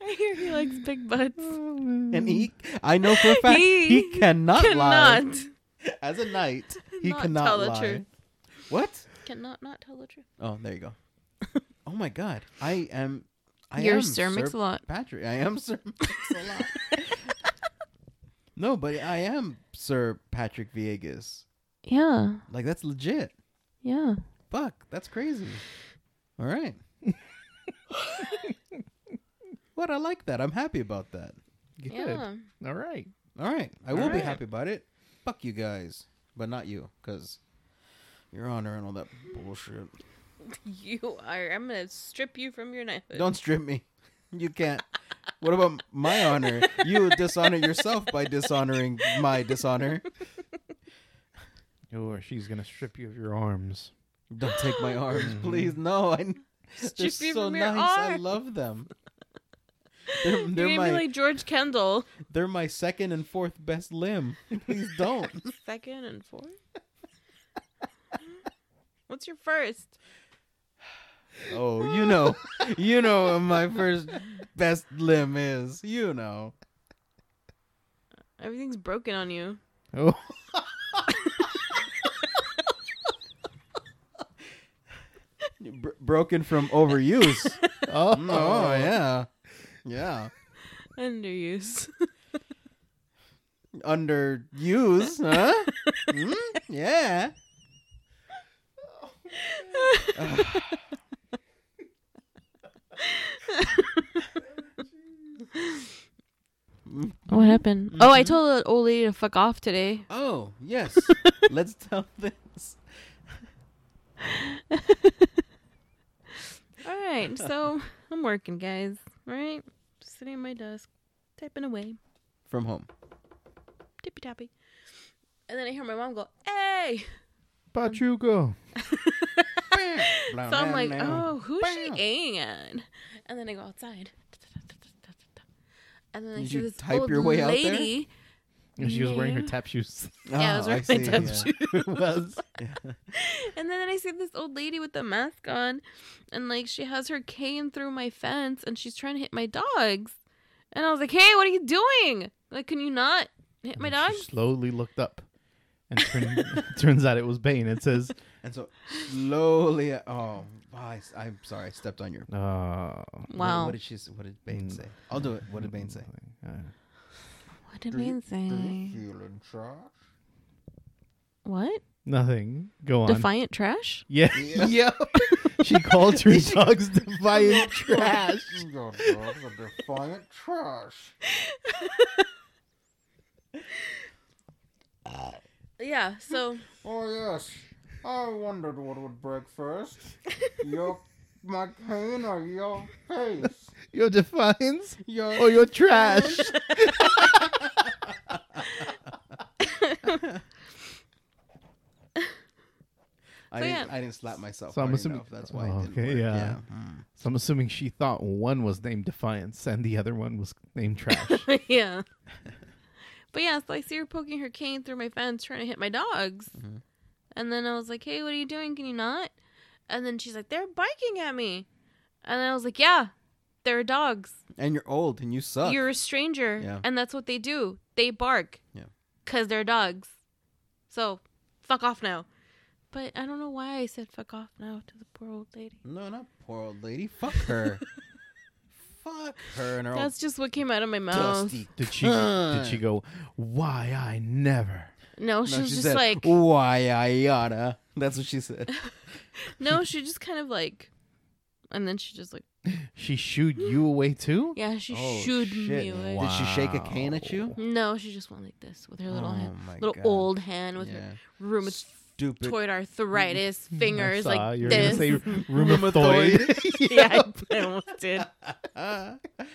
[SPEAKER 3] I hear he likes big butts.
[SPEAKER 1] And he, I know
[SPEAKER 3] *laughs*
[SPEAKER 1] for a fact, he,
[SPEAKER 3] Mm-hmm. He
[SPEAKER 1] cannot, lie.
[SPEAKER 3] Cannot.
[SPEAKER 1] *laughs* As a knight, he
[SPEAKER 3] Not
[SPEAKER 1] cannot
[SPEAKER 3] tell the
[SPEAKER 1] lie.
[SPEAKER 3] truth.
[SPEAKER 1] What?
[SPEAKER 3] Cannot not tell the truth.
[SPEAKER 1] Oh, there you
[SPEAKER 3] *laughs*
[SPEAKER 1] go. oh my God, I am. I
[SPEAKER 3] Your
[SPEAKER 1] am
[SPEAKER 3] Sir Mix-a-Lot.
[SPEAKER 1] Patrick. I am Sir Mix-a-Lot.
[SPEAKER 3] *laughs*
[SPEAKER 1] no, but I am Sir Patrick Viegas.
[SPEAKER 3] Yeah.
[SPEAKER 1] Like that's legit.
[SPEAKER 3] Yeah.
[SPEAKER 1] Fuck, that's crazy. All right. what I like that. I'm happy about that.
[SPEAKER 2] Good.
[SPEAKER 3] Yeah.
[SPEAKER 2] All right.
[SPEAKER 1] All right, I will be
[SPEAKER 2] right.
[SPEAKER 1] happy about it. Fuck you guys, but not you, because Your Honor and all that bullshit.
[SPEAKER 3] *laughs* You are. I'm gonna strip you from your knighthood.
[SPEAKER 1] Don't strip me. You can't. What about my honor? You dishonor yourself by dishonoring my dishonor.
[SPEAKER 2] Or Oh, she's gonna strip you of your arms.
[SPEAKER 1] Don't take my arms, please. No, I. They're
[SPEAKER 3] Mm-hmm. Strip you
[SPEAKER 1] so
[SPEAKER 3] from your
[SPEAKER 1] nice. I
[SPEAKER 3] arms.
[SPEAKER 1] love them. They're,
[SPEAKER 3] You're
[SPEAKER 1] they're
[SPEAKER 3] gonna
[SPEAKER 1] my
[SPEAKER 3] be like George Kendall.
[SPEAKER 1] they're my second and fourth best *laughs* limb. Please don't.
[SPEAKER 3] Second and fourth. *laughs* What's your first?
[SPEAKER 1] Oh, you know, you know what my first best limb is. You know.
[SPEAKER 3] Everything's broken on you.
[SPEAKER 2] Oh, *laughs*
[SPEAKER 1] Br- broken from *laughs* overuse.
[SPEAKER 2] oh,
[SPEAKER 1] oh yeah, yeah.
[SPEAKER 3] Underuse.
[SPEAKER 1] Underuse, huh? Hmm? Yeah.
[SPEAKER 3] what happened? Oh, I told an old lady to fuck off today.
[SPEAKER 1] Oh *laughs* yes. Let's tell this.
[SPEAKER 3] All right, so I'm working, guys. All right, just sitting at my desk, typing away,
[SPEAKER 1] From home.
[SPEAKER 3] tippy tappy, and then I hear my mom go, "Hey!" *laughs*
[SPEAKER 2] Pachuco.
[SPEAKER 1] So
[SPEAKER 3] So I'm like, "Oh, who's she aiming at?" And then I go outside, and then I
[SPEAKER 1] Did
[SPEAKER 3] see
[SPEAKER 1] you
[SPEAKER 3] this
[SPEAKER 1] type
[SPEAKER 3] old
[SPEAKER 1] your way out there?
[SPEAKER 3] lady.
[SPEAKER 2] And she was wearing her
[SPEAKER 3] Yeah.
[SPEAKER 2] tap shoes.
[SPEAKER 1] Oh,
[SPEAKER 3] Yeah, I was wearing my tap
[SPEAKER 1] *laughs*
[SPEAKER 2] it was.
[SPEAKER 3] And then I see this old lady with the mask on, and like she has her cane through my fence, and she's trying to hit my dogs. And I was like, "Hey, what are you doing? Like, can you not hit my
[SPEAKER 2] And she
[SPEAKER 3] dogs?"
[SPEAKER 2] slowly looked up, and turn, *laughs* turns out it was Bane. It says,
[SPEAKER 1] And so slowly, oh, I, am sorry, I stepped on your.
[SPEAKER 2] uh,
[SPEAKER 1] What-
[SPEAKER 3] Wow.
[SPEAKER 1] What did she? s- What did Bane say? I'll do it. What did Bane say?
[SPEAKER 2] uh,
[SPEAKER 3] What did Bane say?
[SPEAKER 1] Feeling trash.
[SPEAKER 3] What?
[SPEAKER 2] nothing. Go on.
[SPEAKER 3] Defiant trash?
[SPEAKER 2] yeah. *laughs*
[SPEAKER 1] Yeah.
[SPEAKER 2] she
[SPEAKER 1] *laughs*
[SPEAKER 2] called her dogs defiant trash.
[SPEAKER 1] Your dog's a defiant trash.
[SPEAKER 3] Yeah, so
[SPEAKER 1] Oh yes, I wondered what would break first. Your my cane or your face?
[SPEAKER 2] Your defiance
[SPEAKER 1] Your
[SPEAKER 2] or your trash?
[SPEAKER 1] I,
[SPEAKER 3] So,
[SPEAKER 1] didn't,
[SPEAKER 3] yeah.
[SPEAKER 1] I didn't slap myself.
[SPEAKER 2] So I'm
[SPEAKER 1] hard
[SPEAKER 2] assuming-
[SPEAKER 1] enough. that's why.
[SPEAKER 2] Oh,
[SPEAKER 1] it didn't
[SPEAKER 2] okay,
[SPEAKER 1] work.
[SPEAKER 2] yeah.
[SPEAKER 1] Mm.
[SPEAKER 2] So I'm assuming she thought one was named Defiance and the other one was named Trash.
[SPEAKER 3] *laughs* yeah. But yeah, so I see her poking her cane through my fence trying to hit my dogs.
[SPEAKER 1] Mhm.
[SPEAKER 3] And then I was like, Hey, what are you doing? Can you not? And then she's like, They're biking at me. And I was like, Yeah, they're dogs.
[SPEAKER 1] And you're old and you suck.
[SPEAKER 3] You're a stranger.
[SPEAKER 1] Yeah.
[SPEAKER 3] And that's what they do. They bark.
[SPEAKER 1] Yeah.
[SPEAKER 3] Cause they're dogs. So fuck off now. But I don't know why I said fuck off now to the poor old lady.
[SPEAKER 1] No, not poor old lady. Fuck
[SPEAKER 3] *laughs*
[SPEAKER 1] her. Fuck her and her
[SPEAKER 3] That's just what came out of my
[SPEAKER 1] old
[SPEAKER 3] mouth.
[SPEAKER 1] dusty.
[SPEAKER 2] Did she? did she go? Why I never?
[SPEAKER 3] No, she
[SPEAKER 1] No,
[SPEAKER 3] was
[SPEAKER 1] she
[SPEAKER 3] just
[SPEAKER 1] said,
[SPEAKER 3] like
[SPEAKER 1] "Why I oughta." That's what she said.
[SPEAKER 3] No, she just kind of like, and then she just like,
[SPEAKER 2] She shooed you away too?
[SPEAKER 3] yeah, she
[SPEAKER 1] Oh,
[SPEAKER 3] shooed
[SPEAKER 1] shit.
[SPEAKER 3] me away.
[SPEAKER 1] Did she shake a cane at you? Oh
[SPEAKER 2] Wow.
[SPEAKER 3] No, she just went like this with her little hand,
[SPEAKER 1] my
[SPEAKER 3] little
[SPEAKER 1] God.
[SPEAKER 3] old hand with her
[SPEAKER 1] yeah. Stupid.
[SPEAKER 3] rheumatoid arthritis *laughs* fingers
[SPEAKER 2] I saw
[SPEAKER 3] like
[SPEAKER 2] you were
[SPEAKER 3] this.
[SPEAKER 2] uh,
[SPEAKER 3] *laughs*
[SPEAKER 2] Gonna say *laughs* rheumatoid.
[SPEAKER 1] *laughs*
[SPEAKER 3] yeah, I almost did.
[SPEAKER 1] Ah.
[SPEAKER 3] but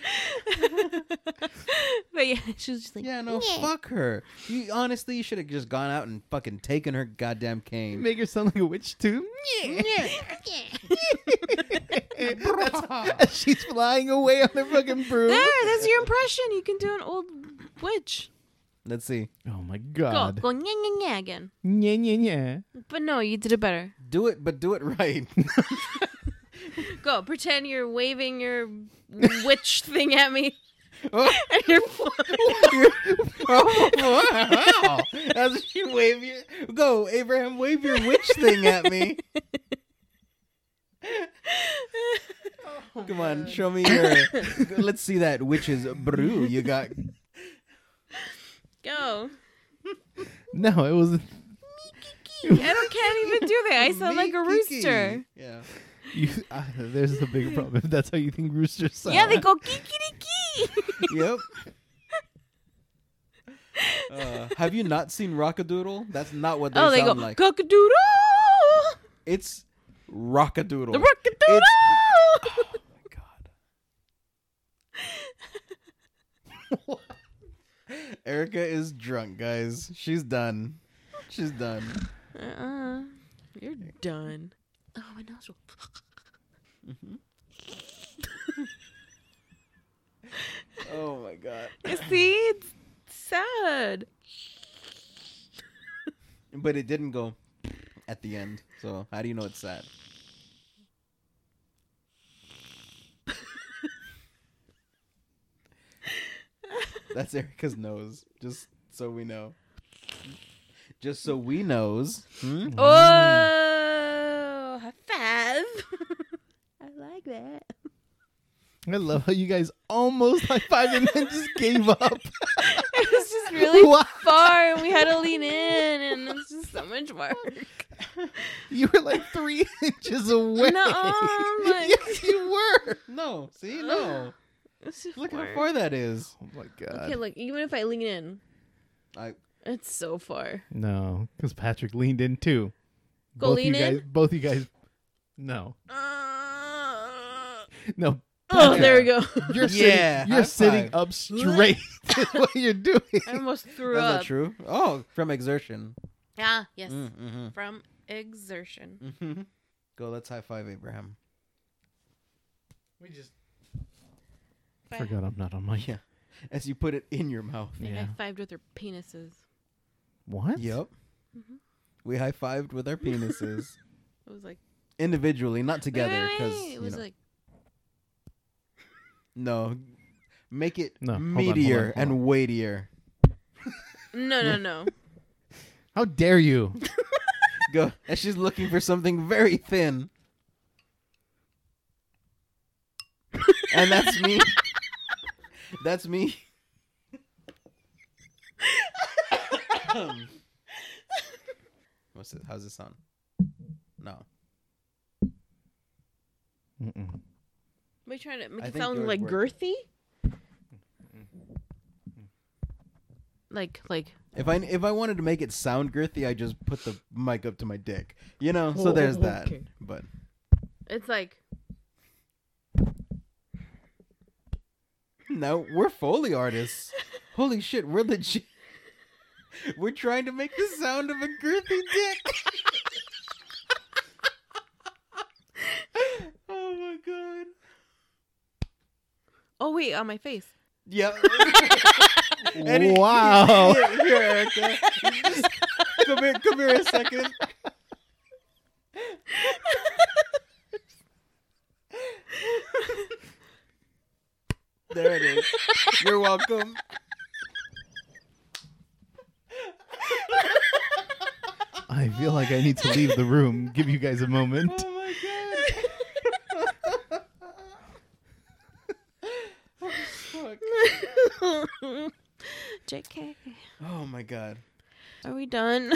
[SPEAKER 3] yeah, *laughs* she was just like,
[SPEAKER 1] yeah, no, fuck her. You honestly, you should have just gone out and fucking taken her goddamn cane.
[SPEAKER 2] Make her sound like a witch too. *laughs*
[SPEAKER 3] *laughs*
[SPEAKER 2] *laughs* As she's flying away on her fucking broom.
[SPEAKER 3] there, that's your impression. You can do an old witch.
[SPEAKER 1] Let's see.
[SPEAKER 2] Oh my
[SPEAKER 3] Go,
[SPEAKER 2] god.
[SPEAKER 3] go, yeah, yeah, yeah again.
[SPEAKER 2] Yeah, yeah, yeah.
[SPEAKER 3] But no, you did it better.
[SPEAKER 1] Do it, but do it
[SPEAKER 3] *laughs*
[SPEAKER 1] right. *laughs*
[SPEAKER 3] Go, pretend you're waving your witch thing at me.
[SPEAKER 2] Oh,
[SPEAKER 3] *laughs* And you're floating.
[SPEAKER 2] wow.
[SPEAKER 1] Oh, As she wave your go, Abraham, wave your witch thing at
[SPEAKER 3] *laughs*
[SPEAKER 1] me.
[SPEAKER 3] *laughs*
[SPEAKER 1] Come
[SPEAKER 3] Oh,
[SPEAKER 1] on, show me your. Let's see that witch's brew you
[SPEAKER 3] *laughs*
[SPEAKER 1] got.
[SPEAKER 3] Go.
[SPEAKER 2] No, it was
[SPEAKER 3] I don't can't even do that. I sound like a
[SPEAKER 1] Meekiki.
[SPEAKER 3] rooster.
[SPEAKER 1] Yeah.
[SPEAKER 2] you. *laughs* Uh, there's the big problem. That's how you think roosters sound.
[SPEAKER 3] Yeah, they go kikiriki. *laughs*
[SPEAKER 1] Yep. Uh, have you not seen Rockadoodle? That's not what they
[SPEAKER 3] oh, they
[SPEAKER 1] sound
[SPEAKER 3] go
[SPEAKER 1] like.
[SPEAKER 3] cockadoodle,
[SPEAKER 1] It's Rockadoodle.
[SPEAKER 3] the rockadoodle.
[SPEAKER 1] Oh my god. *laughs* Erica is drunk, guys. She's done. She's done.
[SPEAKER 3] Uh-uh. You're done. Oh, my nostril.
[SPEAKER 1] Oh my god.
[SPEAKER 3] *laughs* You see, it's sad.
[SPEAKER 1] But it didn't go at the end. So how do you know it's sad? That's Erica's nose. Just so we know. Just so we knows. Hmm?
[SPEAKER 3] Oh, high five. *laughs* I like that.
[SPEAKER 2] I love how you guys almost high five and then just gave up.
[SPEAKER 3] *laughs*
[SPEAKER 2] *laughs*
[SPEAKER 3] It was just really
[SPEAKER 2] Why?
[SPEAKER 3] far, and we had to lean in, and it's just so much work.
[SPEAKER 2] You were like three *laughs* inches away. *laughs* Oh
[SPEAKER 3] Nuh-uh, like-
[SPEAKER 2] yes, you were.
[SPEAKER 1] No, see, no.
[SPEAKER 3] It's just
[SPEAKER 1] Look
[SPEAKER 3] work.
[SPEAKER 1] how far that is.
[SPEAKER 2] Oh my god.
[SPEAKER 3] Okay, look. Even if I lean in,
[SPEAKER 1] I
[SPEAKER 3] it's so far.
[SPEAKER 2] No, because Patrick leaned in too.
[SPEAKER 3] Go
[SPEAKER 2] both
[SPEAKER 3] lean
[SPEAKER 2] you guys,
[SPEAKER 3] in?
[SPEAKER 2] Both you guys. No,
[SPEAKER 3] Uh,
[SPEAKER 2] no.
[SPEAKER 3] oh,
[SPEAKER 2] Patrick,
[SPEAKER 3] there we go.
[SPEAKER 1] *laughs*
[SPEAKER 2] You're
[SPEAKER 1] Yeah,
[SPEAKER 2] sitting. You're
[SPEAKER 1] high
[SPEAKER 2] sitting
[SPEAKER 1] five.
[SPEAKER 2] up straight. *laughs* is what
[SPEAKER 1] *laughs*
[SPEAKER 2] you're doing.
[SPEAKER 3] I almost threw
[SPEAKER 1] That's
[SPEAKER 3] up.
[SPEAKER 1] not true. Oh, from exertion.
[SPEAKER 3] Ah, yes.
[SPEAKER 1] Mm-hmm.
[SPEAKER 3] From exertion.
[SPEAKER 1] Mm-hmm. Go, let's high five Abraham.
[SPEAKER 2] We just
[SPEAKER 3] If I-
[SPEAKER 2] forgot I'm not on my.
[SPEAKER 1] Yeah. *laughs* As you put it in your mouth.
[SPEAKER 3] I think
[SPEAKER 2] Yeah.
[SPEAKER 3] I fived with her penises.
[SPEAKER 2] What?
[SPEAKER 1] Yep.
[SPEAKER 3] Mhm.
[SPEAKER 1] We high fived with our penises *laughs*
[SPEAKER 3] It was like
[SPEAKER 1] individually, not together.
[SPEAKER 3] Wait, wait,
[SPEAKER 1] Because
[SPEAKER 3] wait. it was like
[SPEAKER 1] no, make it
[SPEAKER 2] No, hold on, hold on,
[SPEAKER 1] meatier
[SPEAKER 2] hold
[SPEAKER 1] and
[SPEAKER 2] on.
[SPEAKER 1] weightier.
[SPEAKER 3] no, no,
[SPEAKER 1] *laughs*
[SPEAKER 3] no.
[SPEAKER 2] How dare you?
[SPEAKER 1] Go. And she's looking for something very thin. and that's me. That's me. What's it? How's this sound? No.
[SPEAKER 2] Mm-mm.
[SPEAKER 3] Am I trying to make
[SPEAKER 1] I
[SPEAKER 3] it
[SPEAKER 1] think
[SPEAKER 3] sound
[SPEAKER 1] yours
[SPEAKER 3] like
[SPEAKER 1] work.
[SPEAKER 3] girthy? Like, like.
[SPEAKER 1] If I if I wanted to make it sound girthy, I just put the mic up to my dick. You know, so there's that.
[SPEAKER 3] Okay.
[SPEAKER 1] But
[SPEAKER 3] It's like
[SPEAKER 1] no, we're Foley artists. Holy shit, we're legit. We're trying to make the sound of a girthy dick. oh my god.
[SPEAKER 3] oh wait, on my *laughs* face.
[SPEAKER 1] Yep. Any-
[SPEAKER 2] Wow.
[SPEAKER 1] Here, here, Erica. Just- come here, come here a second. There it is. You're welcome.
[SPEAKER 2] *laughs* I feel like I need to leave the room. Give you guys a
[SPEAKER 1] *laughs*
[SPEAKER 2] moment.
[SPEAKER 3] Oh
[SPEAKER 1] my god.
[SPEAKER 3] *laughs* Oh, JK,
[SPEAKER 1] Oh my god.
[SPEAKER 3] are
[SPEAKER 1] *laughs*
[SPEAKER 3] we done?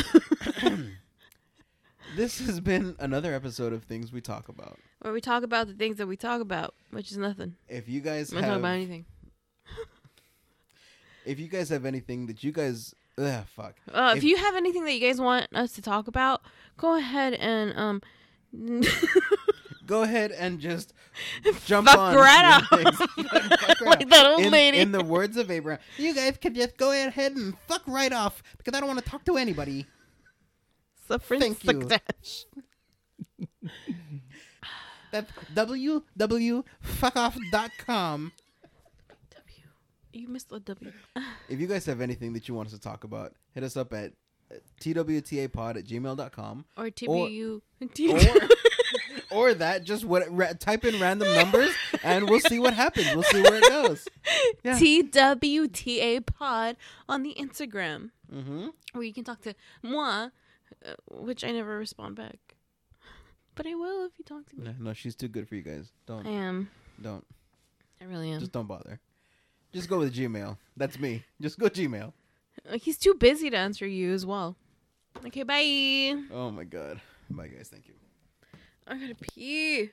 [SPEAKER 1] This has been another episode of Things We Talk About.
[SPEAKER 3] Where we talk about the things that we talk about, which is nothing.
[SPEAKER 1] If you guys
[SPEAKER 3] We don't talk
[SPEAKER 1] have
[SPEAKER 3] about anything.
[SPEAKER 1] if you guys have anything that you guys ugh, fuck.
[SPEAKER 3] Uh, if,
[SPEAKER 1] if-
[SPEAKER 3] you have anything that you guys want us to talk about, go ahead and um, *laughs*
[SPEAKER 1] Go ahead and just jump
[SPEAKER 3] Fuck
[SPEAKER 1] on
[SPEAKER 3] right
[SPEAKER 1] these
[SPEAKER 3] up.
[SPEAKER 1] things. *laughs* Fuck
[SPEAKER 3] *laughs*
[SPEAKER 1] right
[SPEAKER 3] like that old
[SPEAKER 1] in,
[SPEAKER 3] lady.
[SPEAKER 1] in the words of Abraham, you guys can just go ahead and fuck right off because I don't want to talk to anybody.
[SPEAKER 3] Suffering
[SPEAKER 1] Thank you.
[SPEAKER 3] success.
[SPEAKER 1] That's www.fuckoff.com.
[SPEAKER 3] W. You missed the W.
[SPEAKER 1] If you guys have anything that you want us to talk about, hit us up at uh, twtapod at gmail.com
[SPEAKER 3] *laughs* Or TBU.
[SPEAKER 1] or, or that, just what ra- type in random numbers and we'll see what happens. We'll see where it goes.
[SPEAKER 2] Yeah.
[SPEAKER 3] TWTA pod on the Instagram,
[SPEAKER 1] Mm-hmm.
[SPEAKER 3] where you can talk to moi, uh, which I never respond back. But I will if you talk to me.
[SPEAKER 1] No, no, she's too good for you guys. Don't,
[SPEAKER 3] I am.
[SPEAKER 1] don't,
[SPEAKER 3] I really am.
[SPEAKER 1] just don't bother. Just go with Gmail. That's me. Just go Gmail.
[SPEAKER 3] Uh, He's too busy to answer you as well. Okay, bye.
[SPEAKER 1] Oh my god. Bye guys. Thank you.
[SPEAKER 3] I gotta pee.